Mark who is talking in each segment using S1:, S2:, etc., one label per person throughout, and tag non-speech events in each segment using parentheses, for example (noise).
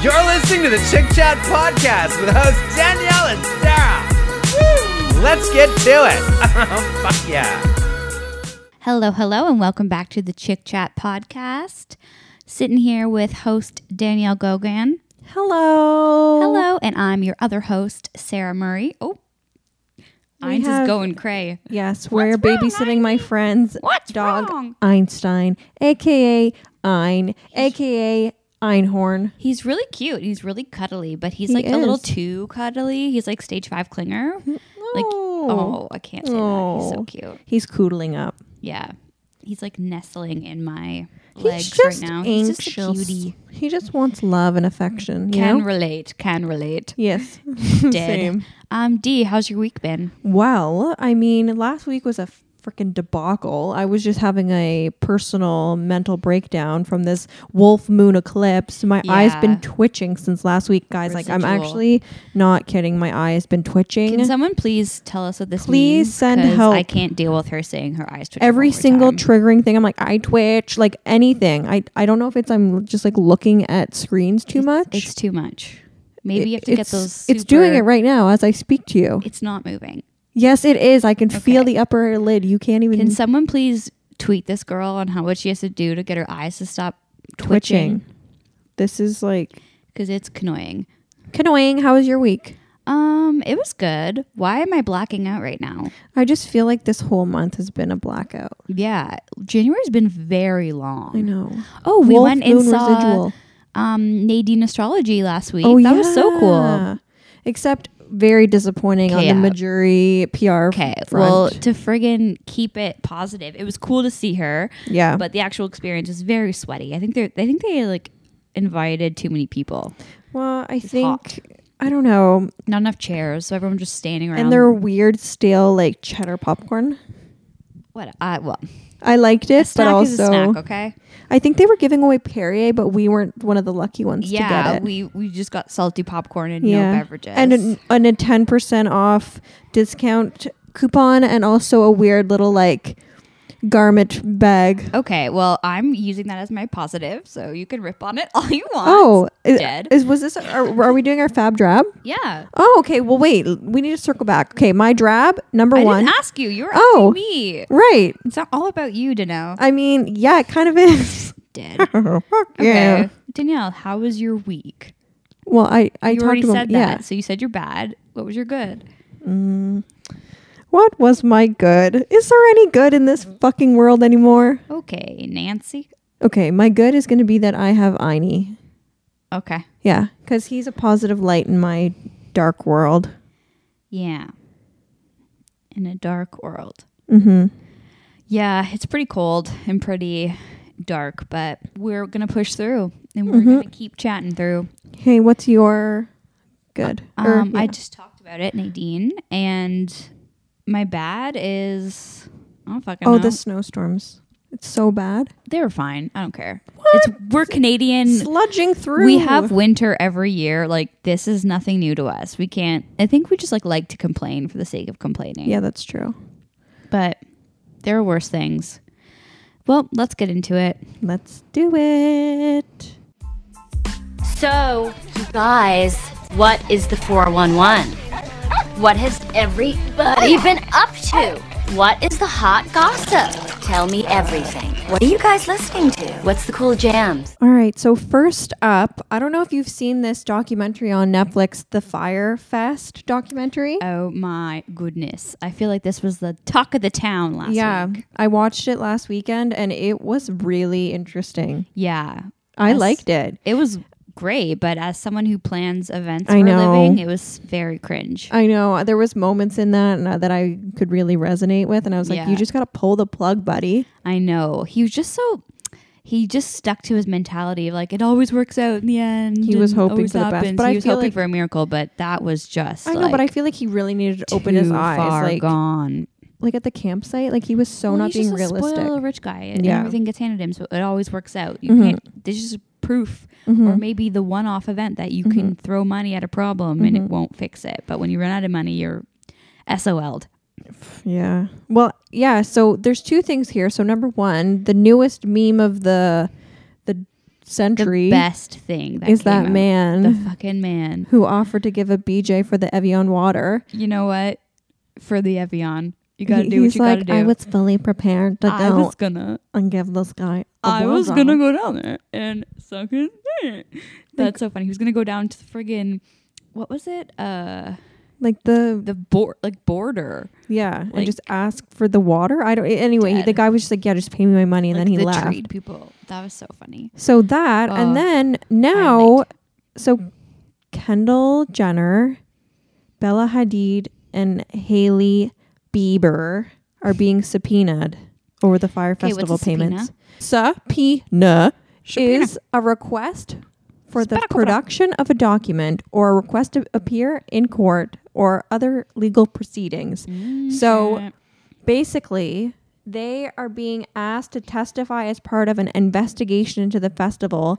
S1: You're listening to the Chick Chat Podcast with hosts Danielle and Sarah. Woo! Let's get to it. (laughs) Fuck yeah.
S2: Hello, hello, and welcome back to the Chick Chat podcast. Sitting here with host Danielle Gogan.
S3: Hello.
S2: Hello, and I'm your other host, Sarah Murray. Oh, Heinz
S3: have-
S2: is going cray.
S3: Yes, we're babysitting my friend's
S2: What's
S3: dog
S2: wrong?
S3: Einstein, aka Ein, aka Einhorn.
S2: He's really cute. and He's really cuddly, but he's
S3: He
S2: like a little
S3: is.
S2: too cuddly. He's like stage five clinger. Like,
S3: Oh.
S2: oh, I can't say that. He's so
S3: Oh.
S2: cute.
S3: He's coodling up.
S2: Yeah. He's like nestling in my
S3: He's
S2: legs
S3: just
S2: right now.
S3: anxious.
S2: He's just a cutie.
S3: He just wants love and affection. You
S2: Can
S3: know?
S2: relate. Can relate.
S3: yes.
S2: Mm,
S3: (laughs)
S2: Dead.
S3: Same.
S2: Um, D, how's your week been?
S3: Well, I mean, last week was a freaking debacle. I was just having a personal mental breakdown from this wolf moon eclipse. My eye's
S2: Yeah.
S3: been twitching since last week, guys. Like, I'm
S2: Residual.
S3: actually not kidding. My eye has been twitching.
S2: Can someone please tell us what this
S3: Please
S2: means?
S3: send
S2: 'Cause
S3: help.
S2: I can't deal with her saying her eyes twitch.
S3: Every
S2: all the
S3: single
S2: time.
S3: triggering thing, I'm like, I twitch, like anything. I, I don't know if it's I'm just like looking at screens too much.
S2: it's too much. Maybe you have to get
S3: It's-
S2: those.
S3: It's doing it
S2: super-
S3: right now as I speak to you.
S2: It's not moving.
S3: Yes, it is. I can feel
S2: Okay.
S3: the upper lid. You can't even
S2: Can someone please tweet this girl on how what she has to do to get her eyes to stop
S3: twitching.
S2: twitching?
S3: This is like
S2: Because it's annoying.
S3: Canoeing, how was your week?
S2: Um, it was good. Why am I blacking out right now?
S3: I just feel like this whole month has been a blackout.
S2: Yeah, January's been very long.
S3: I know.
S2: Oh, we
S3: Wolf
S2: went and
S3: moon
S2: saw
S3: residual.
S2: um Nadine astrology last week. that was so cool.
S3: Oh, yeah. Except very disappointing
S2: Yeah.
S3: on the Majuri PR
S2: Okay.
S3: front.
S2: Well, to friggin' keep it positive, it was cool to see her,
S3: yeah.
S2: but the actual experience is very sweaty. I think they are I think they like invited too many people,
S3: well, I think
S2: hot.
S3: I don't know.
S2: not enough chairs, so everyone was just standing around.
S3: And their weird stale like cheddar popcorn.
S2: what? I well,
S3: I liked it,
S2: snack
S3: but
S2: is a
S3: also
S2: snack. Okay.
S3: I think they were giving away Perrier, but we weren't one of the lucky ones to
S2: Yeah,
S3: get it.
S2: we we just got salty popcorn and no beverages.
S3: And an- and a ten percent off discount coupon, and also a weird little like garment bag.
S2: okay, well, I'm using that as my positive, so you can rip on it (laughs) all you want.
S3: Oh, is,
S2: dead.
S3: is was this? Are, are we doing our fab drab?
S2: yeah.
S3: Oh, okay. Well, wait. We need to circle back. Okay, my drab number
S2: I
S3: one.
S2: didn't ask you. You're
S3: Oh.
S2: asking me.
S3: right.
S2: It's not all about you,
S3: (laughs)
S2: Dano.
S3: I mean, yeah, it kind of is. (laughs)
S2: Dead.
S3: Yeah.
S2: Okay. Danielle, how was your week?
S3: Well, I I
S2: you
S3: talked
S2: already
S3: about
S2: said
S3: yeah.
S2: that. So you said you're bad. What was your good?
S3: What was my good? Is there any good in this fucking world anymore?
S2: Okay, Nancy.
S3: Okay, my good is going to be that I have Einie.
S2: Okay.
S3: Yeah, because he's a positive light in my dark world.
S2: Yeah. In a dark world.
S3: Mm-hmm.
S2: Yeah, it's pretty cold and pretty dark, but we're going to push through and we're going to keep chatting through.
S3: Hey, what's your good? Or,
S2: Um, I
S3: yeah.
S2: just talked about it, Nadine, and my bad is. I don't fucking
S3: oh,
S2: know.
S3: the snowstorms. It's so bad.
S2: they were fine. I don't care. It's we're Canadian.
S3: Sludging through.
S2: We have winter every year. Like this is nothing new to us. We can't. I think we just like like to complain for the sake of complaining.
S3: Yeah, that's true.
S2: But there are worse things. Well, let's get into it.
S3: Let's do it.
S4: So, you guys, what is the 411? What has everybody been up to? What is the hot gossip? Tell me everything. What are you guys listening to? What's the cool jams?
S3: All right. So first up, I don't know if you've seen this documentary on Netflix, the Fire Fest documentary.
S2: Oh my goodness! I feel like this was the talk of the town last
S3: yeah,
S2: week.
S3: I watched it last weekend, and it was really interesting.
S2: Yeah,
S3: I
S2: Yes.
S3: liked it.
S2: it was great. But as someone who plans events
S3: I
S2: for
S3: know.
S2: a living, it was very cringe.
S3: I know uh, there was moments in that and, uh, that I could really resonate with, and I was like,
S2: Yeah.
S3: "You just gotta pull the plug, buddy."
S2: I know. He was just so he just stuck to his mentality of like it always works out in the end.
S3: He was
S2: and
S3: hoping
S2: always
S3: for the best,
S2: happens.
S3: but
S2: he
S3: I
S2: was
S3: feel
S2: hoping
S3: like-
S2: for a miracle, but that was just
S3: I know, but I feel like he really needed to open his eyes,
S2: far
S3: like
S2: gone.
S3: like at the campsite, like he was so
S2: Well,
S3: not
S2: he's
S3: being
S2: just a spoiled
S3: realistic.
S2: rich guy, and
S3: Yeah. Mm-hmm.
S2: everything gets handed him, so it always works out. You can't. This is proof, or maybe the one-off event that you can
S3: Mm-hmm.
S2: throw money at a problem and it won't fix it. But when you run out of money, you're SOL'd.
S3: Yeah. Well, yeah. So there's two things here. So number one, the newest meme of the the century
S2: The best thing that
S3: is
S2: came
S3: that
S2: out.
S3: man
S2: the fucking man.
S3: who offered to give a BJ for the Evian water.
S2: You know what? For the Evian, you gotta
S3: He-
S2: do
S3: he's
S2: what you
S3: like,
S2: gotta do.
S3: I was fully prepared to
S2: I
S3: go
S2: was gonna,
S3: and give this guy. a
S2: I was
S3: blowjob."
S2: gonna go down there and suck his dick. That's so funny. He was gonna go down to the friggin', what was it? Uh,
S3: like the
S2: the board, like border.
S3: yeah, and
S2: like-
S3: just ask for the water. I don't. Anyway,
S2: Dead.
S3: the guy was just like, yeah, just pay me my money, and
S2: like
S3: then he
S2: the
S3: left.
S2: trade people. That was so funny.
S3: So that,
S2: Oh,
S3: and then now,
S2: late.
S3: so Kendall Jenner, Bella Hadid, and Haley Bieber are being subpoenaed over the Fire
S2: Okay, what's
S3: Festival
S2: a subpoena?
S3: payments. Subpoena
S2: Subpoena.
S3: is a request for the
S2: Spectacle.
S3: production of a document or a request to appear in court or other legal proceedings.
S2: Mm,
S3: So basically they are being asked to testify as part of an investigation into
S2: (gasps)
S3: the festival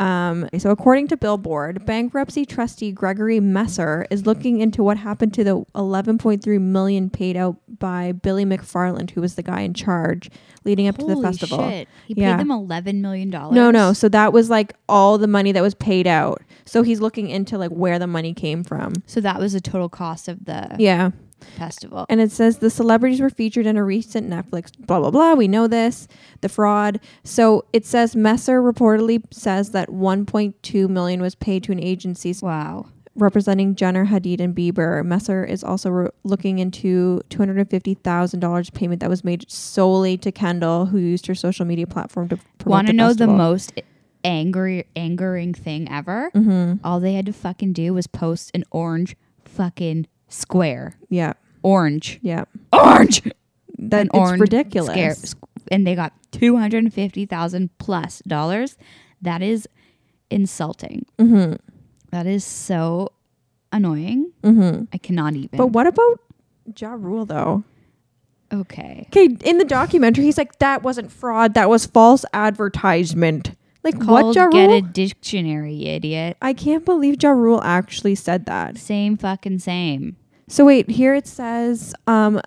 S3: um, so according to billboard bankruptcy trustee gregory messer is looking into what happened to the 11.3 million paid out by billy mcfarland who was the guy in charge leading up to the
S2: Holy
S3: festival
S2: shit. He
S3: Yeah.
S2: paid them eleven million dollars.
S3: no no so that was like all the money that was paid out so he's looking into like where the money came from
S2: So that was the total cost of the
S3: yeah
S2: festival.
S3: and it says the celebrities were featured in a recent Netflix blah blah blah. We know this, the fraud. So it says Messer reportedly says that 1.2 million was paid to an agency
S2: wow.
S3: representing Jenner, Hadid, and Bieber. Messer is also re- looking into $250,000 payment that was made solely to Kendall, who used her social media platform to promote.
S2: Want to
S3: the
S2: know the
S3: festival.
S2: most angry, angering thing ever?
S3: Mm-hmm.
S2: All they had to fucking do was post an orange fucking square.
S3: Yeah,
S2: Orange.
S3: yeah. (laughs)
S2: Orange.
S3: That
S2: An
S3: it's
S2: orange
S3: ridiculous.
S2: scare- s- and they got two hundred and fifty thousand plus dollars. That is insulting.
S3: Mm-hmm.
S2: That is so annoying. I cannot even.
S3: Mm-hmm. But what about Ja Rule though?
S2: okay.
S3: Okay, in the documentary, he's like, "That wasn't fraud. That was false advertisement." Like
S2: Called
S3: what Ja
S2: get a
S3: Rule?
S2: dictionary, you idiot.
S3: I can't believe Ja Rule actually said that.
S2: Same fucking same.
S3: So wait, here it says, um,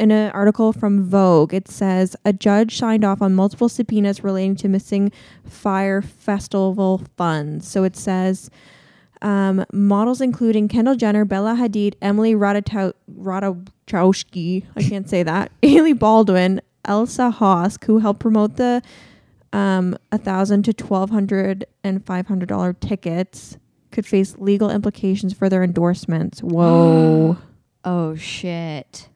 S3: in an article from Vogue, it says a judge signed off on multiple subpoenas relating to missing fire festival funds. So it says. Um, models including Kendall Jenner, Bella Hadid, Emily Ratajkowski, Ratajkowski, I can't say that, (laughs) Haley Baldwin, Elsa Hosk, who helped promote the um, a thousand to twelve hundred and five hundred dollar tickets, could face legal implications for their endorsements. Whoa! (gasps)
S2: Oh shit.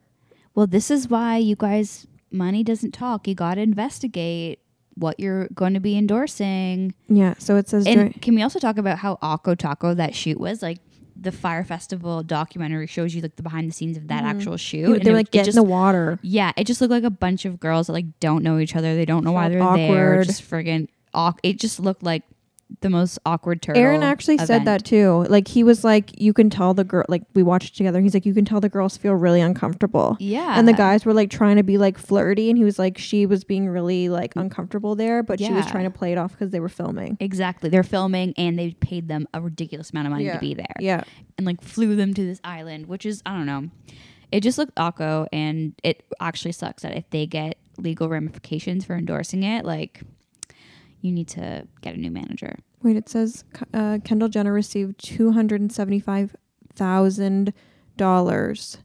S2: Well, this is why you guys money doesn't talk. You got to investigate what you're going to be endorsing.
S3: yeah. So it says during-
S2: And can we also talk about how Akko Taco that shoot was like the Fire Festival documentary shows you like the behind the scenes of that actual shoot. and
S3: Mm-hmm. they
S2: it-
S3: were like
S2: it
S3: get in
S2: just-
S3: the water.
S2: Yeah, it just looked like a bunch of girls that like don't know each other. They don't know why they're
S3: Felt
S2: there.
S3: awkward.
S2: Just friggin' awk. It just looked like the most awkward turtle.
S3: Aaron actually said
S2: event.
S3: that too. Like he was like, you can tell the girl. Like we watched it together. He's like, you can tell the girls feel really uncomfortable.
S2: Yeah.
S3: And the guys were like trying to be like flirty, and he was like, she was being really like uncomfortable there, but she was
S2: Mm. Yeah.
S3: trying to play it off because they were filming.
S2: Exactly. They're filming and they paid them a ridiculous amount of money
S3: Yeah.
S2: to be there.
S3: Yeah.
S2: And like flew them to this island, which is I don't know. It just looked awko and it actually sucks that if they get legal ramifications for endorsing it, like you need to get a new manager.
S3: Wait, it says uh, Kendall Jenner received two hundred and seventy-five thousand dollars.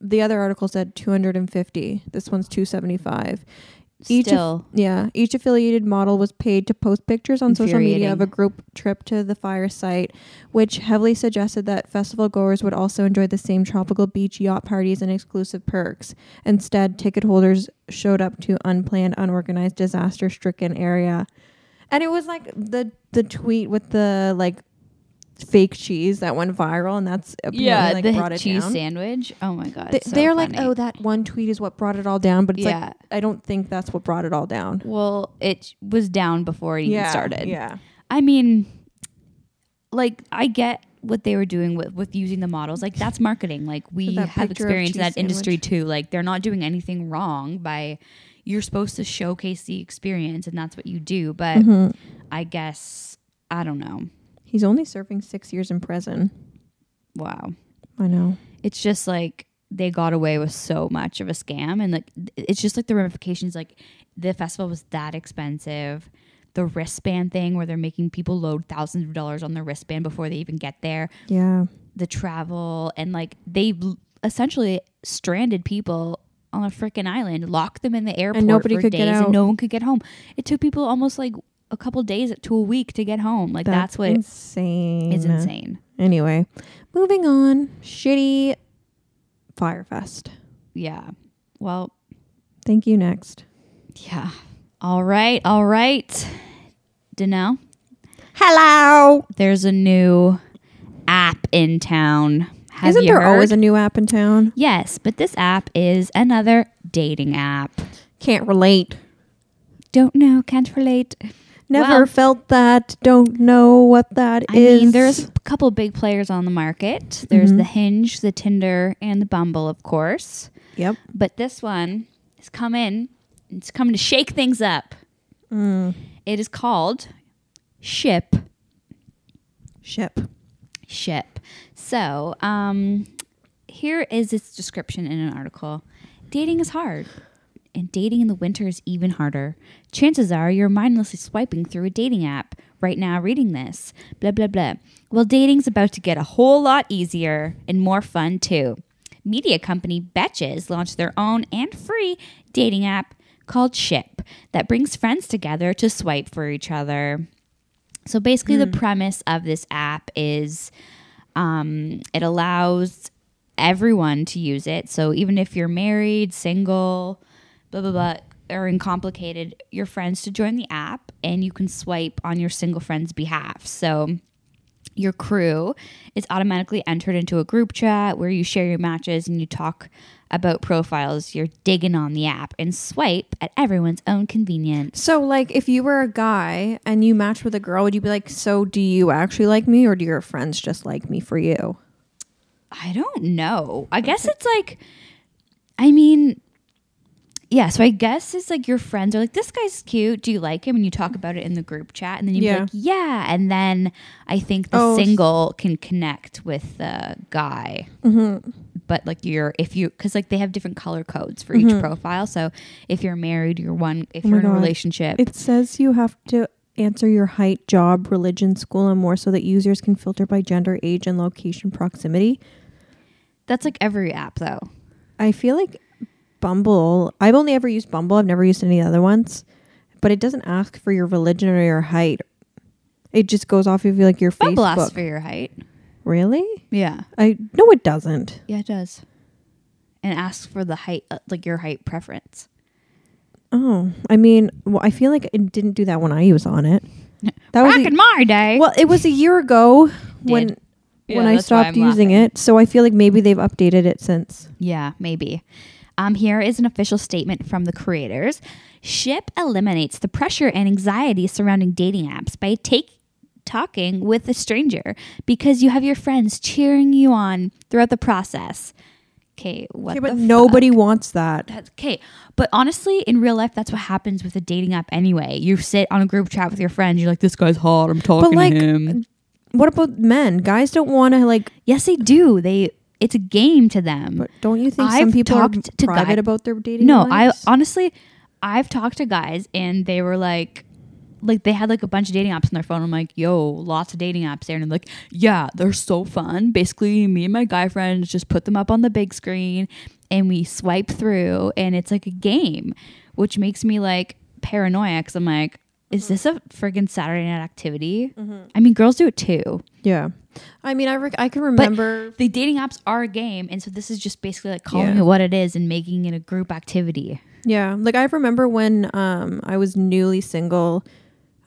S3: The other article said two hundred and fifty. This one's two seventy-five. Each of-
S2: Still
S3: Yeah, each affiliated model was paid to post pictures on social media of
S2: Infuriating.
S3: a group trip to the fire site, which heavily suggested that festival goers would also enjoy the same tropical beach yacht parties and exclusive perks. Instead, ticket holders showed up to unplanned, unorganized, disaster-stricken area. And it was like the the tweet with the like fake cheese that went viral and that's apparently like brought
S2: the
S3: it
S2: cheese
S3: down.
S2: sandwich. Oh my god.
S3: They,
S2: so
S3: they're like,
S2: funny.
S3: "Oh, that one tweet is what brought it all down," but it's
S2: Yeah.
S3: like I don't think that's what brought it all down.
S2: Well, it was down before it even started.
S3: Yeah.
S2: I mean, like I get what they were doing with with using the models. Like that's marketing. Like we
S3: (laughs) that
S2: have
S3: picture of
S2: experience in
S3: cheese
S2: that industry too. Like they're not doing anything wrong by you're supposed to showcase the experience and that's what you do, but
S3: Mm-hmm.
S2: I guess I don't know.
S3: He's only serving six years in prison.
S2: Wow.
S3: I know.
S2: It's just like they got away with so much of a scam and like it's just like the ramifications like the festival was that expensive. the wristband thing where they're making people load thousands of dollars on their wristband before they even get there
S3: Yeah.
S2: the travel and like they l- essentially stranded people on a freaking island, locked them in the airport
S3: nobody
S2: for
S3: could
S2: days,
S3: get out.
S2: and no one could get home. It took people almost like a couple days to a week to get home. Like that's, what is
S3: insane.
S2: insane.
S3: Anyway, moving on. Shitty Firefest.
S2: Yeah. Well,
S3: Thank you. Next.
S2: yeah. All right, all right. Danelle,
S3: Hello.
S2: there's a new app in town. Have
S3: Isn't
S2: you
S3: there
S2: heard?
S3: always a new app in town?
S2: Yes, but this app is another dating app.
S3: Can't relate.
S2: Don't know, can't relate.
S3: Never
S2: Well-
S3: felt that. Don't know what that is.
S2: I mean, there's a couple big players on the market. There's the Hinge, the Tinder, and the Bumble, of course.
S3: Yep.
S2: But this one is come in. It's coming to shake things up. It is called Ship
S3: Ship.
S2: ship. So, um, here is its description in an article Dating is hard, and dating in the winter is even harder. Chances are you're mindlessly swiping through a dating app right now reading this. Blah, blah, blah. Well, dating's about to get a whole lot easier and more fun, too. Media company Betches launched their own and free dating app called Ship that brings friends together to swipe for each other. So basically, the premise of this app is um, it allows everyone to use it. So even if you're married, single, blah, blah, blah, or in complicated, your friends to join the app and you can swipe on your single friend's behalf. So your crew is automatically entered into a group chat where you share your matches and you talk about profiles you're digging on the app and swipe at everyone's own convenience.
S3: So, like, if you were a guy and you matched with a girl, would you be like, so do you actually like me or do your friends just like me for you?
S2: I don't know. I guess it's like, I mean, yeah. So I guess it's like your friends are like, this guy's cute. Do you like him? And you talk about it in the group chat, and then you
S3: Yeah.
S2: be like, yeah. And then I think the
S3: Oh, s-
S2: single can connect with the guy.
S3: Mm-hmm.
S2: But like you're, if you, because like they have different color codes for each profile. So if you're married, you're one. If
S3: Mm-hmm. Oh my
S2: you're in a
S3: God.
S2: relationship,
S3: It says you have to answer your height, job, religion, school, and more so that users can filter by gender, age, and location proximity.
S2: that's like every app though.
S3: I feel like Bumble, I've only ever used Bumble, I've never used any other ones, but it doesn't ask for your religion or your height. It just goes off of like your
S2: Bumble
S3: Facebook.
S2: asks for your height.
S3: Really?
S2: Yeah.
S3: I no, it doesn't.
S2: Yeah, it does. And asks for the height, uh, like your height preference.
S3: Oh, I mean, well, I feel like it didn't do that when I was
S2: (laughs)
S3: on it. That was e
S2: Back
S3: a-
S2: in my day.
S3: well, it was a year ago when
S2: Yeah,
S3: when I
S2: that's why
S3: stopped
S2: I'm
S3: using it. So I feel like maybe they've updated it since.
S2: Yeah, maybe. Um, here is an official statement from the creators. Ship eliminates the pressure and anxiety surrounding dating apps by take talking with a stranger because you have your friends cheering you on throughout the process. Okay, what
S3: Okay,
S2: the
S3: but nobody wants that.
S2: That's okay. But honestly, in real life, that's what happens with a dating app anyway. You sit on a group chat with your friends. You're like, this guy's hot. I'm talking
S3: But like,
S2: to him.
S3: what about men? Guys don't want to like.
S2: Yes, they do. They. It's a game to them.
S3: But don't you think some
S2: I've
S3: people are
S2: talked to
S3: private
S2: guy-
S3: about their dating?
S2: no,
S3: lives?
S2: I honestly, I've talked to guys and they were like, like they had like a bunch of dating apps on their phone. I'm like, yo, lots of dating apps there, and I'm like, yeah, they're so fun. Basically, me and my guy friends just put them up on the big screen, and we swipe through, and it's like a game, which makes me like paranoia because I'm like, is
S3: Mm-hmm.
S2: this a friggin' Saturday night activity? I mean, girls do it too.
S3: Yeah, I mean, I rec- I can
S2: But
S3: remember.
S2: the dating apps are a game, and so this is just basically like calling
S3: Yeah.
S2: it what it is and making it a group activity.
S3: yeah, like I remember when um I was newly single.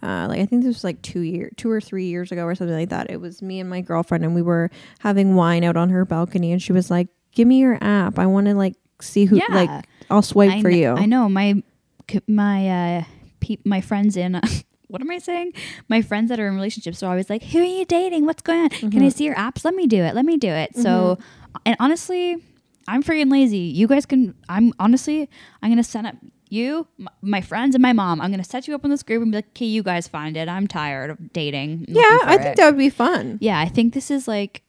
S3: Uh, like I think this was like two year, two or three years ago or something like that. It was me and my girlfriend, and we were having wine out on her balcony, and she was like, "Give me your app. I want to like see who
S2: Yeah.
S3: like I'll swipe
S2: I
S3: for
S2: kn-
S3: you."
S2: I know my c- my uh, pe- my friends in. (laughs) what am I saying? My friends that are in relationships are always like, "Who are you dating? What's going on?
S3: Mm-hmm.
S2: Can I see your apps? Let me do it. Let me do it." So, and honestly, I'm freaking lazy. You guys can. I'm honestly, I'm gonna send up you, m- my friends, and my mom. I'm gonna set you up on this group and be like, "Okay, you guys find it. I'm tired of dating."
S3: Yeah, I think that would be fun.
S2: yeah, I think this is like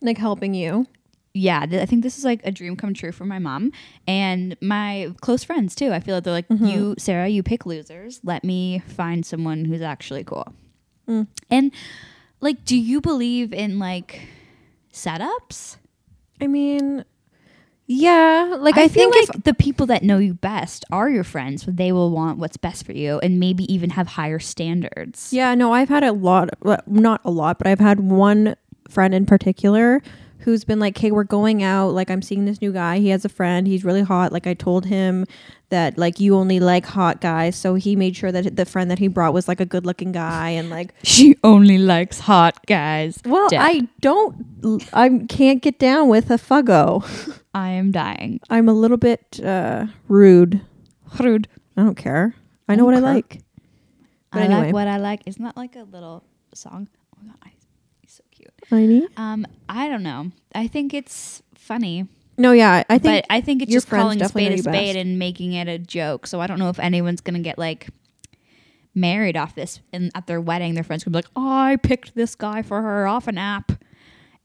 S3: Like helping you.
S2: yeah, th- I think this is like a dream come true for my mom and my close friends too. I feel like they're like, you, Sarah, you pick losers. Let me find someone who's actually cool. Mm. And like, do you believe in like setups?
S3: I mean, yeah. Like
S2: I,
S3: I, feel
S2: think
S3: like
S2: if the people that know you best are your friends, they will want what's best for you and maybe even have higher standards.
S3: Yeah, no, I've had a lot, well, not a lot, but I've had one friend in particular who's been like, "Hey, we're going out. Like, I'm seeing this new guy. He has a friend. He's really hot. Like, I told him that like you only like hot guys, so he made sure that the friend that he brought was like a good-looking guy and like."
S2: She only likes hot guys.
S3: (laughs) Well,
S2: Dead.
S3: I don't. I can't get down with a fuggo.
S2: I am dying.
S3: I'm a little bit uh, rude.
S2: Rude.
S3: I don't care. I know what I
S2: Okay.
S3: like. But
S2: I
S3: anyway.
S2: like what I like. Isn't that like a little song? Oh my god, I, he's so cute.
S3: I need.
S2: Um, I don't know. I think it's funny,
S3: No, yeah, I think
S2: but I think it's
S3: your
S2: just
S3: friends
S2: calling a
S3: definitely
S2: spade
S3: know
S2: a
S3: you best.
S2: spade and making it a joke. So I don't know if anyone's gonna get like married off this. And at their wedding, their friends could be like, oh, "I picked this guy for her off an app,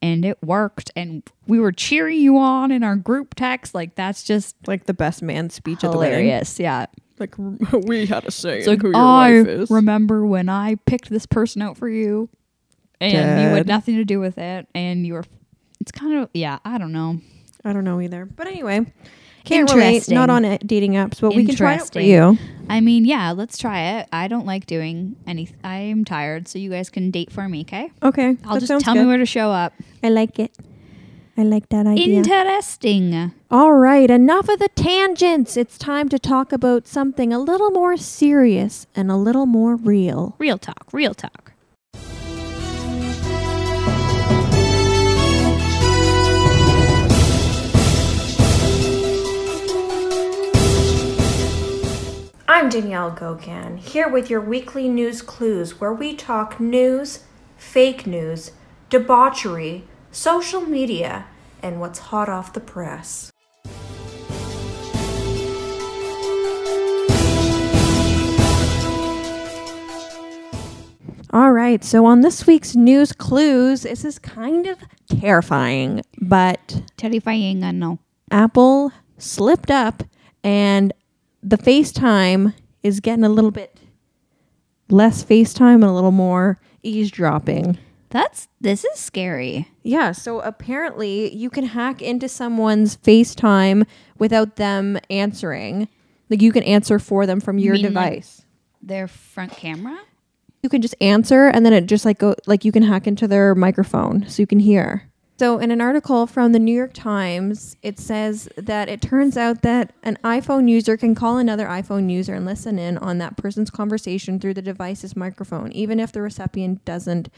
S2: and it worked, and we were cheering you on in our group text." Like that's just
S3: like the best man speech at the wedding.
S2: hilarious. Yeah.
S3: Like (laughs) we had a say
S2: It's like, oh, I remember when I picked this person out for you, and you
S3: Dead.
S2: had nothing to do with it, and you were. It's kind of yeah. I don't know.
S3: I don't know either. But anyway, can't relate.
S2: Interesting.
S3: Not on it, dating apps, but we can try it for
S2: Interesting.
S3: you.
S2: I mean, yeah. Let's try it. I don't like doing any. I am tired, so you guys can date for me. Okay.
S3: Okay,
S2: I'll just tell me where to show up.
S3: I like it. I like that idea.
S2: Interesting.
S3: All right, enough of the tangents. It's time to talk about something a little more serious and a little more real.
S2: Real talk. Real talk.
S5: I'm Danielle Gogan, here with your weekly news clues where we talk news, fake news, debauchery, social media, and what's hot off the press.
S3: All right, so on this week's news clues, this is kind of terrifying, but
S2: Terrifying. I know.
S3: Apple slipped up and the FaceTime is getting a little bit less FaceTime and a little more eavesdropping.
S2: That's this is scary.
S3: Yeah, so apparently you can hack into someone's FaceTime without them answering. Like you can answer for them from your
S2: mean, like-
S3: device.
S2: Their front camera.
S3: you can just answer and then it just like go like you can hack into their microphone so you can hear so in an article from the new york times it says that it turns out that an iphone user can call another iphone user and listen in on that person's conversation through the device's microphone even if the recipient doesn't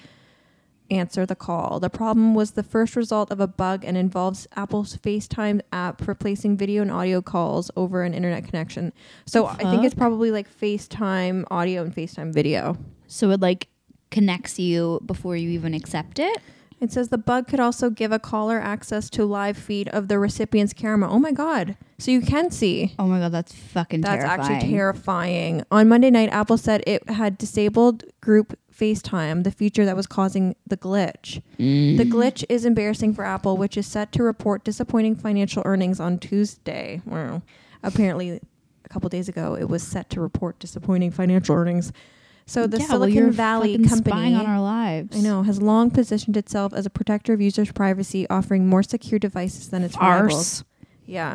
S3: answer the call the problem was the first result of a bug and involves apple's facetime app replacing video and audio calls over an internet connection so i think it's probably like facetime audio and facetime video
S2: So it like connects you before you even accept it.
S3: It says the bug could also give a caller access to live feed of the recipient's camera. Oh my god. So you can see.
S2: Oh my god, that's fucking
S3: That's
S2: terrifying.
S3: actually terrifying. On Monday night, Apple said it had disabled group FaceTime, the feature that was causing the glitch. The
S2: Mm.
S3: glitch is embarrassing for Apple, which is set to report disappointing financial earnings on Tuesday. Wow. Apparently, a couple days ago, it was set to report disappointing financial earnings. So the
S2: yeah, well,
S3: Silicon
S2: you're
S3: Valley
S2: fucking
S3: company
S2: spying on our lives.
S3: I know, has long positioned itself as a protector of users' privacy, offering more secure devices than its
S2: Arse.
S3: rivals. Yeah.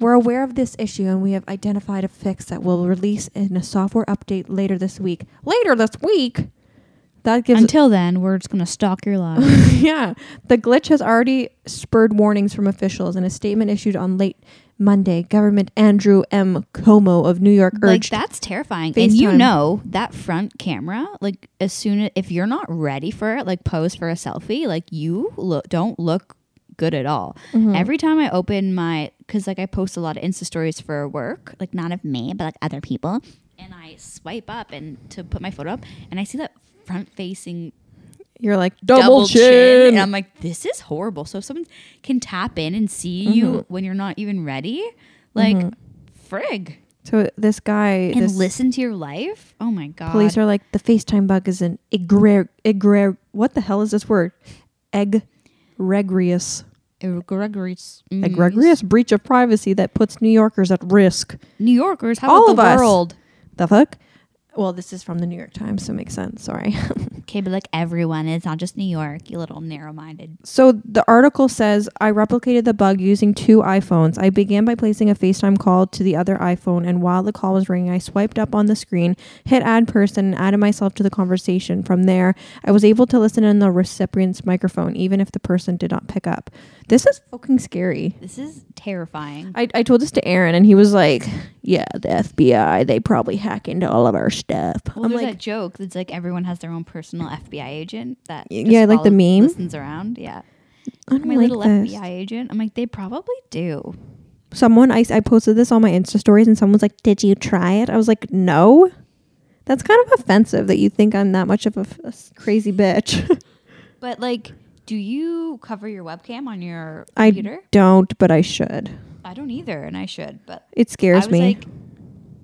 S3: We're aware of this issue and we have identified a fix that will release in a software update later this week. Later this week? That gives
S2: Until then, we're just gonna stalk your lives.
S3: (laughs) yeah. The glitch has already spurred warnings from officials. In a statement issued on late Monday, government Andrew M. Como of New York
S2: like
S3: urged
S2: that's terrifying. And you
S3: FaceTime.
S2: know that front camera, like as soon as if you're not ready for it, like pose for a selfie, like you look don't look good at all. Every time I open my cause like I post a lot of Insta stories for work, like not of me, but like other people. And I swipe up and to put my photo up and I see that front facing
S3: you're like
S2: double chin. And I'm like, this is horrible. So if someone can tap in and see you when you're not even ready, like, frig,
S3: So this guy
S2: and
S3: this
S2: listen to your life. Oh my God.
S3: Police are like the FaceTime bug is an egre egre. What the hell is this word? Egregious
S2: egregious, mm,
S3: egregious breach of privacy that puts New Yorkers at risk.
S2: New Yorkers, how about
S3: All of
S2: the
S3: us.
S2: world?
S3: The fuck? Well, this is from the New York Times, so it makes sense. Sorry. (laughs)
S2: Okay, but like everyone, it's not just New York. You little narrow-minded.
S3: So the article says I replicated the bug using two iPhones. I began by placing a FaceTime call to the other iPhone, and while the call was ringing, I swiped up on the screen, hit add person, and added myself to the conversation. From there, I was able to listen in the recipient's microphone, even if the person did not pick up. This is fucking scary.
S2: This is terrifying.
S3: I, I told this to Aaron, and he was like, "Yeah, the FBI. They probably hack into all of our stuff."
S2: Well,
S3: I'm
S2: there's
S3: like,
S2: that joke that's like everyone has their own personal FBI agent that
S3: Y-
S2: just
S3: yeah, like the
S2: follows-
S3: meme?
S2: listens around. Yeah,
S3: I don't
S2: my
S3: like
S2: little
S3: this.
S2: FBI agent. I'm like they probably do.
S3: someone I, I posted this on my insta stories and someone's like did you try it i was like no that's kind of offensive that you think i'm that much of a, f- a s- crazy bitch (laughs)
S2: But like, do you cover your webcam on your
S3: i
S2: computer?
S3: don't but i should
S2: I don't either, and I should. But
S3: it
S2: I
S3: scares
S2: was
S3: me
S2: like,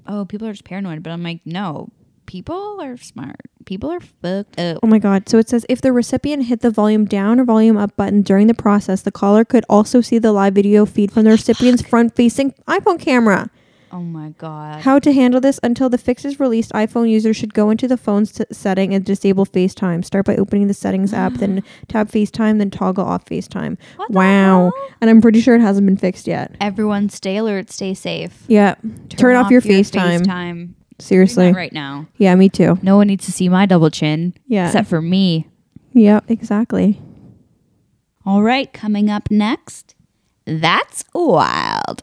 S2: oh, people are just paranoid. But I'm like, no, people are smart. People are fucked up.
S3: Oh my God. So it says if the recipient hit the volume down or volume up button during the process, the caller could also see the live video feed from the recipient's front facing iPhone camera.
S2: Oh my god.
S3: How to handle this until the fix is released, iPhone users should go into the phone's t- setting and disable FaceTime. Start by opening the settings
S2: (gasps)
S3: app, then tab FaceTime, then toggle off FaceTime.
S2: What the
S3: wow.
S2: hell?
S3: And I'm pretty sure it hasn't been fixed yet.
S2: Everyone, stay alert. Stay safe.
S3: Yeah. Turn, off, your, FaceTime.
S2: FaceTime.
S3: Seriously.
S2: Not right now.
S3: Yeah, me too.
S2: No one needs to see my double chin.
S3: Yeah.
S2: Except for me.
S3: Yeah, exactly.
S2: All right, coming up next. That's wild.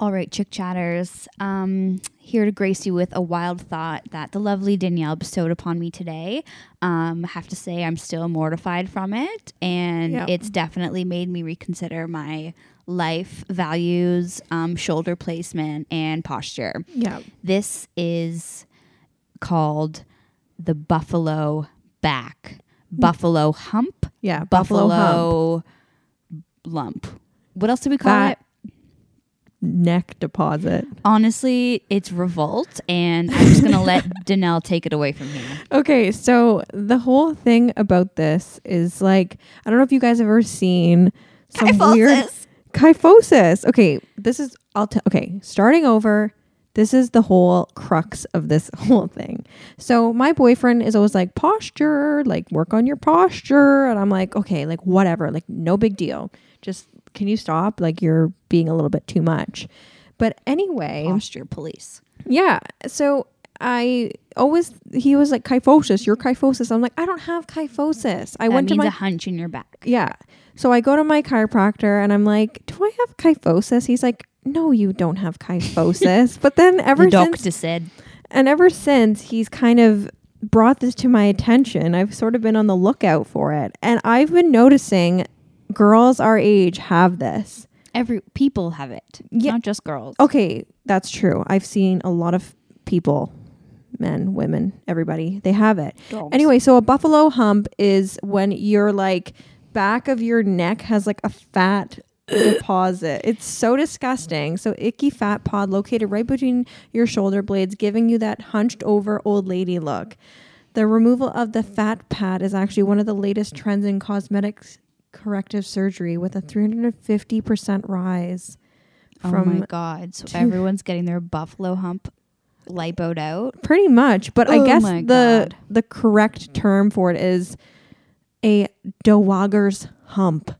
S2: All right, chick chatters. Um, here to grace you with a wild thought that the lovely Danielle bestowed upon me today. Um, I have to say, I'm still mortified from it, and
S3: Yeah.
S2: it's definitely made me reconsider my life values, um, shoulder placement, and posture.
S3: Yeah.
S2: This is called the buffalo back, buffalo hump,
S3: Yeah.
S2: buffalo,
S3: Hmm. hump.
S2: lump. What else do we call it?
S3: That- neck deposit.
S2: Honestly, it's revolt, and I'm just gonna
S3: (laughs)
S2: let Danelle take it away from here.
S3: Okay, so the whole thing about this is like I don't know if you guys have ever seen some weird kyphosis. Okay, this is I'll tell. Okay, starting over. This is the whole crux of this (laughs) whole thing. So my boyfriend is always like posture, like work on your posture, and I'm like, okay, like whatever, like no big deal. Just can you stop? Like you're being a little bit too much. But anyway,
S2: Posture police.
S3: yeah. So I always he was like kyphosis. You're kyphosis. I'm like I don't have kyphosis. I
S2: That
S3: went to
S2: means
S3: my
S2: a hunch in your back.
S3: (laughs) yeah. So I go to my chiropractor and I'm like, do I have kyphosis? He's like, no, you don't
S2: (laughs)
S3: have kyphosis. but then ever
S2: The
S3: since
S2: doctor said,
S3: and ever since he's kind of brought this to my attention, I've sort of been on the lookout for it, and I've been noticing girls our age have this.
S2: "Every people have it,
S3: Yeah. Oh,
S2: not just girls."
S3: okay, that's true. I've seen a lot of people, men, women, everybody, they have it.
S2: Dogs.
S3: Anyway, so a buffalo hump is when your like back of your neck has like a fat deposit. It's so disgusting. So icky fat pod located right between your shoulder blades, giving you that hunched over old lady look. The removal of the fat pad is actually one of the latest trends in cosmetics corrective surgery with a 350% rise
S2: oh
S3: from
S2: my god! So everyone's getting their buffalo hump lipoed out.
S3: pretty much but i
S2: Oh
S3: guess
S2: my
S3: the
S2: God.
S3: the correct term for it is a dowager's hump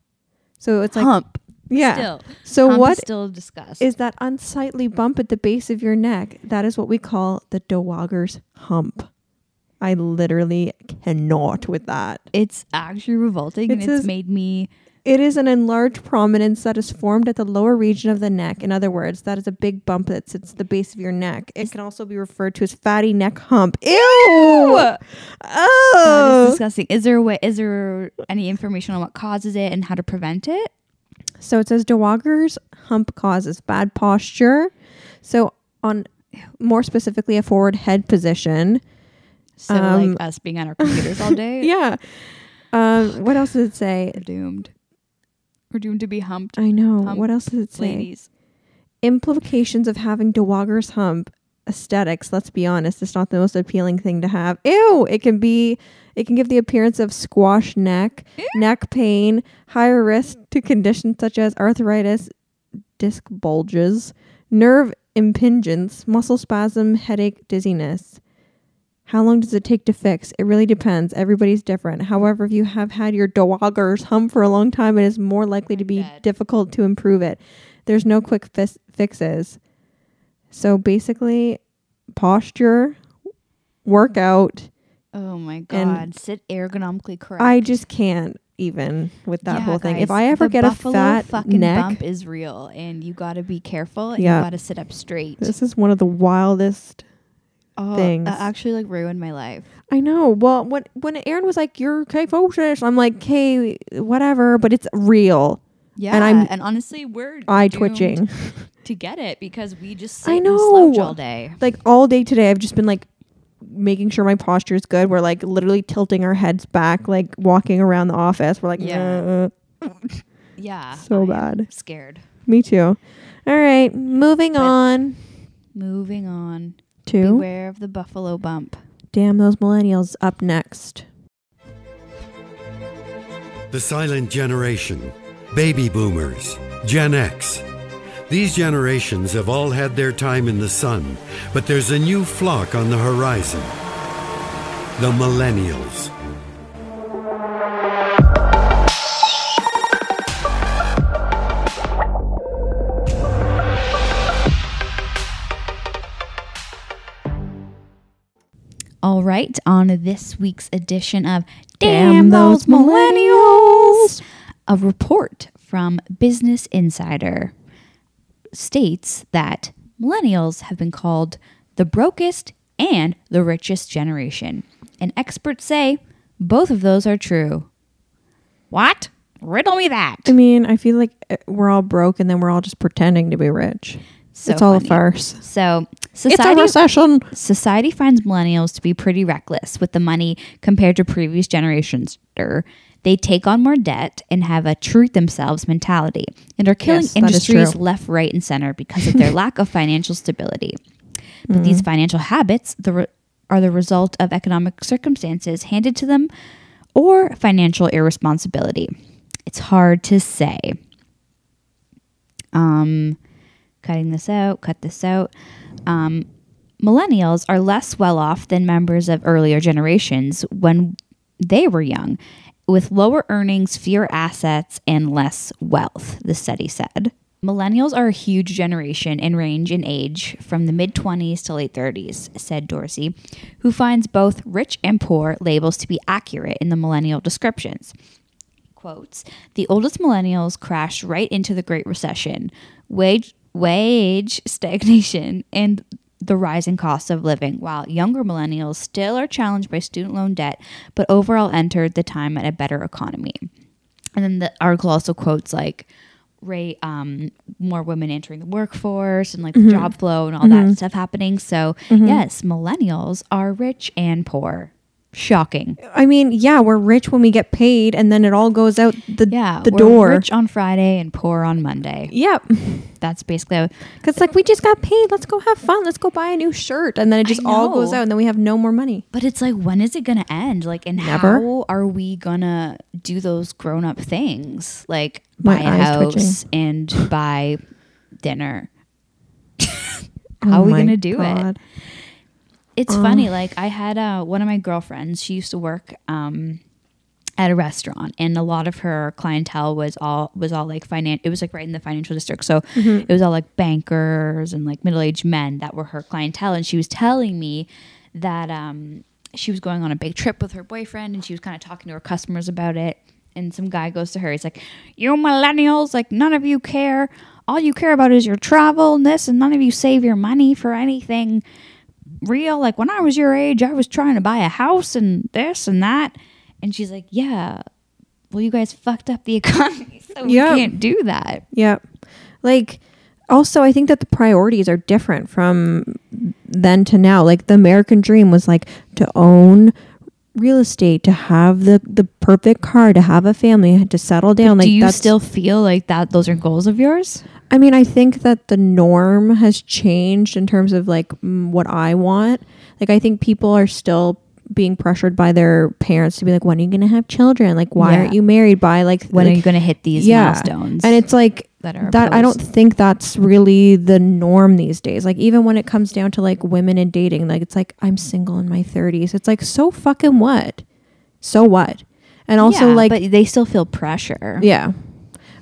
S3: so it's like
S2: hump.
S3: yeah
S2: Still.
S3: so
S2: hump
S3: what
S2: is
S3: is
S2: still discussed?
S3: that unsightly bump at the base of your neck that is what we call the dowager's hump i literally cannot with that
S2: it's actually revolting and
S3: It
S2: it's
S3: says-
S2: made me
S3: It is an enlarged prominence that is formed at the lower region of the neck. In other words, that is a big bump that sits at the base of your neck. It can also be referred to as fatty neck hump. Ew!
S2: that is
S3: Oh!
S2: disgusting. Is there a way, is there any information on what causes it and how to prevent it?
S3: So it says Dewager's hump causes bad posture. So on more specifically a forward head position.
S2: So
S3: Um,
S2: like us being on our computers
S3: (laughs)
S2: all day,
S3: Yeah. Um, what else does it say?
S2: we're doomed. We're doomed to be humped,
S3: I know.
S2: Hump
S3: what else does it say?
S2: Um, ladies.
S3: implications of having Dewager's hump aesthetics, let's be honest, it's not the most appealing thing to have. Ew, it can be It can give the appearance of squash neck, neck pain, higher risk to conditions such as arthritis, disc bulges, nerve impingence, muscle spasm, headache, dizziness. How long does it take to fix? It really depends. Everybody's different. However, if you have had your doggers hum for a long time, it is more likely to be difficult to improve it. There's no quick fis- fixes. So basically, posture, workout.
S2: Oh my god! Sit ergonomically correct.
S3: I just can't even with that
S2: Yeah,
S3: whole thing. if
S2: guys,
S3: I ever
S2: the
S3: get a
S2: buffalo
S3: fat
S2: fucking
S3: neck,
S2: bump is real, and you got to be careful. And
S3: Yeah.
S2: you got to sit up straight.
S3: this is one of the wildest
S2: oh,
S3: things.
S2: that actually like ruined my life.
S3: I know. Well, when when Aaron was like, "You're kyphosis," I'm like, "Okay, whatever," but it's real.
S2: Yeah,
S3: And I'm
S2: and honestly, we're
S3: Eye
S2: doomed
S3: twitching.
S2: to get it because we just sit
S3: I
S2: and slouch
S3: know.
S2: all day.
S3: Like all day today, I've just been like making sure my posture is good. We're like literally tilting our heads back, like walking around the office. We're like, "Uh,
S2: Yeah.
S3: yeah,
S2: Yeah,
S3: so
S2: I am
S3: bad.
S2: Scared.
S3: Me too. All right, moving on
S2: Moving on.
S3: to
S2: Beware of the buffalo bump.
S3: damn those millennials. Up next.
S6: The silent generation, baby boomers, Gen X. These generations have all had their time in the sun, but there's a new flock on the horizon the millennials.
S2: All right, on this week's edition of
S3: Damn those millennials.
S2: a report from Business Insider states that millennials have been called the brokest and the richest generation. And experts say both of those are true. What? Riddle me that.
S3: I mean, I feel like uh, we're all broke, and then we're all just pretending to be rich.
S2: So
S3: it's all
S2: funny.
S3: a farce.
S2: So,
S3: It's a
S2: society
S3: recession.
S2: Society finds millennials to be pretty reckless with the money compared to previous generations. Er, They take on more debt and have a treat themselves mentality and are killing
S3: Yes, that is
S2: industries
S3: true.
S2: left, right, and center because of
S3: (laughs)
S2: their lack of financial stability. But
S3: Mm-hmm.
S2: these financial habits the re- are the result of economic circumstances handed to them or financial irresponsibility. It's hard to say. Um, cutting this out, cut this out. Um, millennials are less well off than members of earlier generations when they were young, with lower earnings, fewer assets, and less wealth, the study said. Millennials are a huge generation and range in age from the mid 20s to late 30s, said Dorsey, who finds both rich and poor labels to be accurate in the millennial descriptions quotes the oldest millennials crashed right into the great recession wage wage stagnation and the rising cost of living while younger millennials still are challenged by student loan debt but overall entered the time at a better economy and then the article also quotes like rate um, more women entering the workforce and like the job flow and all that stuff happening so yes millennials are rich and poor shocking
S3: I mean, yeah, we're rich when we get paid, and then it all goes out the
S2: yeah
S3: the
S2: we're
S3: door.
S2: rich on friday and poor on monday
S3: Yep,
S2: that's basically how-
S3: because like we just got paid. Let's go have fun. Let's go buy a new shirt, and then it just all goes
S2: know.
S3: out, and then we have no more money.
S2: but it's like when is it gonna end like and
S3: Never.
S2: how are we gonna do those grown-up things like
S3: My
S2: buy a
S3: eye's
S2: house and buy dinner (laughs)
S3: Oh
S2: how are we gonna do it it's funny like i had uh, one of my girlfriends she used to work um, at a restaurant and a lot of her clientele was all was all like finan it was like right in the financial district so it was all like bankers and like middle-aged men that were her clientele and she was telling me that um, she was going on a big trip with her boyfriend and she was kind of talking to her customers about it and some guy goes to her he's like you millennials like none of you care all you care about is your travel and this and none of you save your money for anything real. Like when I was your age, I was trying to buy a house and this and that. And she's like, yeah, well, you guys fucked up the (laughs) economy, so we
S3: Yeah.
S2: can't do that.
S3: Yep. Like also I think that the priorities are different from then to now. Like the American dream was like to own real estate, to have the the perfect car, to have a family, to settle down. like
S2: do you
S3: that's
S2: still feel like that? Those are goals of yours?
S3: I mean, I think that the norm has changed in terms of like mm, what I want. Like, I think people are still being pressured by their parents to be like, when are you going to have children? Like, why
S2: Yeah.
S3: aren't you married by like
S2: When
S3: like,
S2: are you going to hit these milestones?
S3: And it's like
S2: that are
S3: that I don't
S2: opposed?
S3: think that's really the norm these days. Like even when it comes down to like women and dating, like it's like I'm single in my 30s. It's like so fucking what? So what? And also
S2: Yeah,
S3: like
S2: but they still feel pressure.
S3: yeah.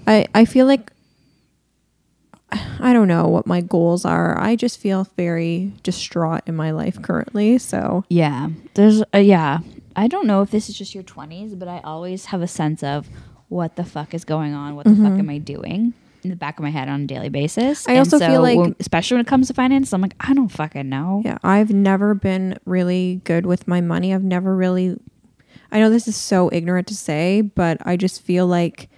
S3: I I feel like I don't know what my goals are. I just feel very distraught in my life currently, so
S2: Yeah. There's uh, yeah. I don't know if this is just your 20s, but I always have a sense of what the fuck is going on, what the fuck am I doing in the back of my head on a daily basis.
S3: Mm-hmm. I also feel like-
S2: when- especially when it comes to finance, I'm like, I don't fucking know.
S3: Yeah, I've never been really good with my money. I've never really I know this is so ignorant to say, but I just feel like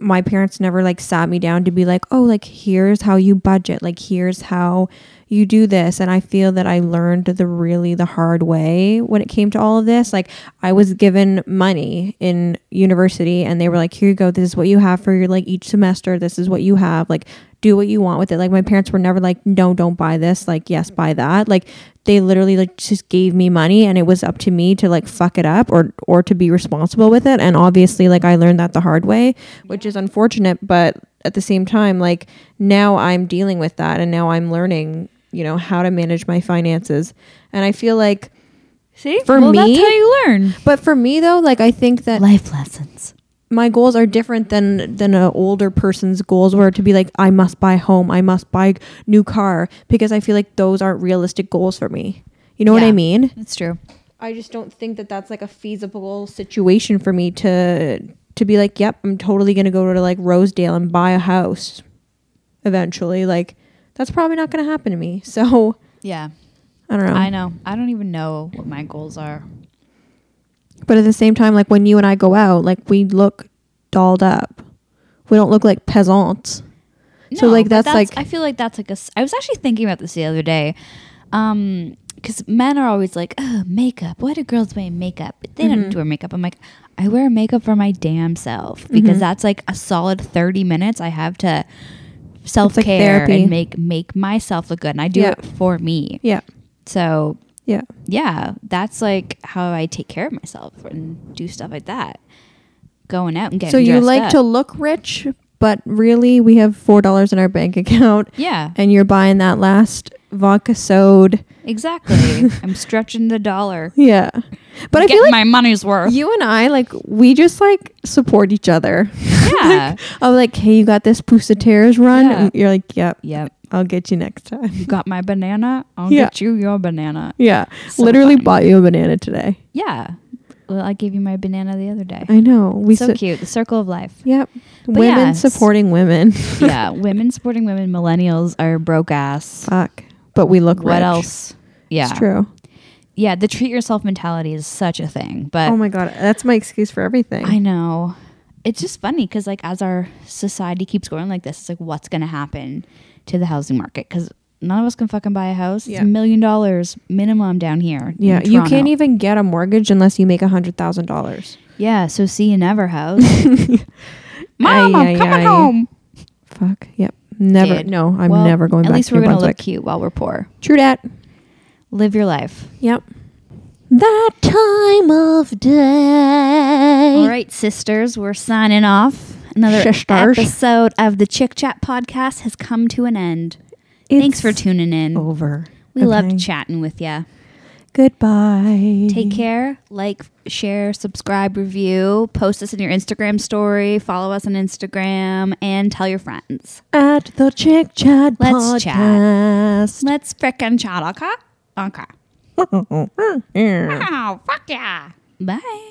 S3: my parents never like sat me down to be like, "Oh, like here's how you budget. Like here's how you do this." And I feel that I learned the really the hard way when it came to all of this. Like I was given money in university and they were like, "Here you go. This is what you have for your like each semester. This is what you have. Like do what you want with it." Like my parents were never like, "No, don't buy this." Like, "Yes, buy that." Like they literally like just gave me money and it was up to me to like fuck it up or or to be responsible with it and obviously like I learned that the hard way which is unfortunate but at the same time like now I'm dealing with that and now I'm learning you know how to manage my finances and I feel like
S2: See?
S3: For
S2: well,
S3: me-
S2: that's how you learn.
S3: but for me though like I think that
S2: Life lessons.
S3: my goals are different than than an older person's goals were to be like I must buy home, I must buy new car because I feel like those aren't realistic goals for me. You know what I
S2: Yeah.
S3: mean?
S2: That's true.
S3: I just don't think that that's like a feasible situation for me to to be like, yep, I'm totally gonna go to like Rosedale and buy a house eventually. Like that's probably not gonna happen to me. (laughs) So
S2: Yeah.
S3: I don't know.
S2: I know. I don't even know what my goals are.
S3: But at the same time, like when you and I go out, like we look dolled up. We don't look like peasants. So, like,
S2: but
S3: that's, like-
S2: I feel like that's like a. s- I was actually thinking about this the other day, um, because men are always like, oh, makeup. Why do girls wear makeup? But they
S3: Mm-hmm.
S2: don't wear makeup. I'm like, I wear makeup for my damn self because
S3: Mm-hmm.
S2: that's like a solid thirty minutes I have to self care
S3: therapy.
S2: and make make myself look good, and I do
S3: Yeah.
S2: it for me.
S3: Yeah.
S2: So
S3: Yeah.
S2: yeah, that's like how I take care of myself and do stuff like that. Going out and getting
S3: So you
S2: dressed
S3: like
S2: up.
S3: to look rich, but really we have four dollars in our bank account
S2: yeah
S3: and you're buying that last vodka soda. (laughs)
S2: exactly. I'm stretching the dollar.
S3: Yeah. But I
S2: get
S3: feel like
S2: my money's worth.
S3: you and I like we just like support each other.
S2: yeah.
S3: I'm like, hey, you got this Pusatera's run?
S2: Yeah.
S3: And you're like, yep,
S2: yep.
S3: I'll get you next time.
S2: (laughs) You got my banana. I'll
S3: Yeah.
S2: get you your banana.
S3: Yeah,
S2: So
S3: literally
S2: fun.
S3: bought you a banana today.
S2: Yeah. Well, I gave you my banana the other day.
S3: I know we
S2: so
S3: su-
S2: cute. The circle of
S3: (laughs)
S2: life.
S3: Yep, women
S2: yeah, s-
S3: supporting women. (laughs)
S2: yeah. Women supporting women. Millennials are broke ass.
S3: Fuck, but we look
S2: What
S3: rich.
S2: else? Yeah.
S3: It's true.
S2: Yeah. The treat yourself mentality is such a thing. But
S3: Oh my god, that's my excuse for everything.
S2: I know. It's just funny because, like, as our society keeps going like this, it's like, what's going to happen to the housing market? Because none of us can fucking buy a house. It's
S3: Yeah.
S2: a million dollars minimum down here. in
S3: yeah, you can't
S2: Toronto.
S3: even get a mortgage unless you make a hundred thousand dollars.
S2: Yeah, so see you never
S3: (laughs)
S2: house.
S3: Mom, I'm Ay, ay, coming ay. home. Fuck. Yep. Never.
S2: Kid.
S3: No, I'm
S2: Well,
S3: never going
S2: At
S3: back
S2: least
S3: to
S2: we're
S3: New
S2: gonna look
S3: Brunswick.
S2: cute while we're poor.
S3: True dat.
S2: Live your life.
S3: Yep. That time of day.
S2: All right, sisters, we're signing off. Another
S3: Sisters.
S2: episode of the Chick Chat podcast has come to an end. Thanks for
S3: It's
S2: tuning in.
S3: over.
S2: we
S3: Okay.
S2: loved chatting with you.
S3: Goodbye.
S2: Take care. Like, share, subscribe, review, post us in your Instagram story, follow us on Instagram, and tell your friends.
S3: at the Chick Chat
S2: Let's chat.
S3: podcast.
S2: Let's frickin' chat, okay? Okay. Oh, fuck yeah. Bye.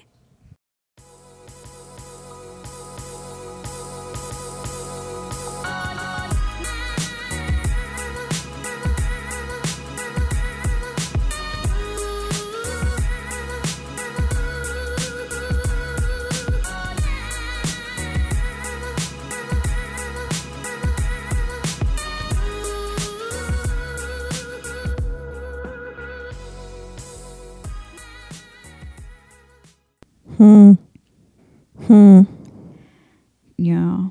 S2: Yeah.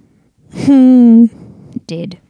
S2: Did.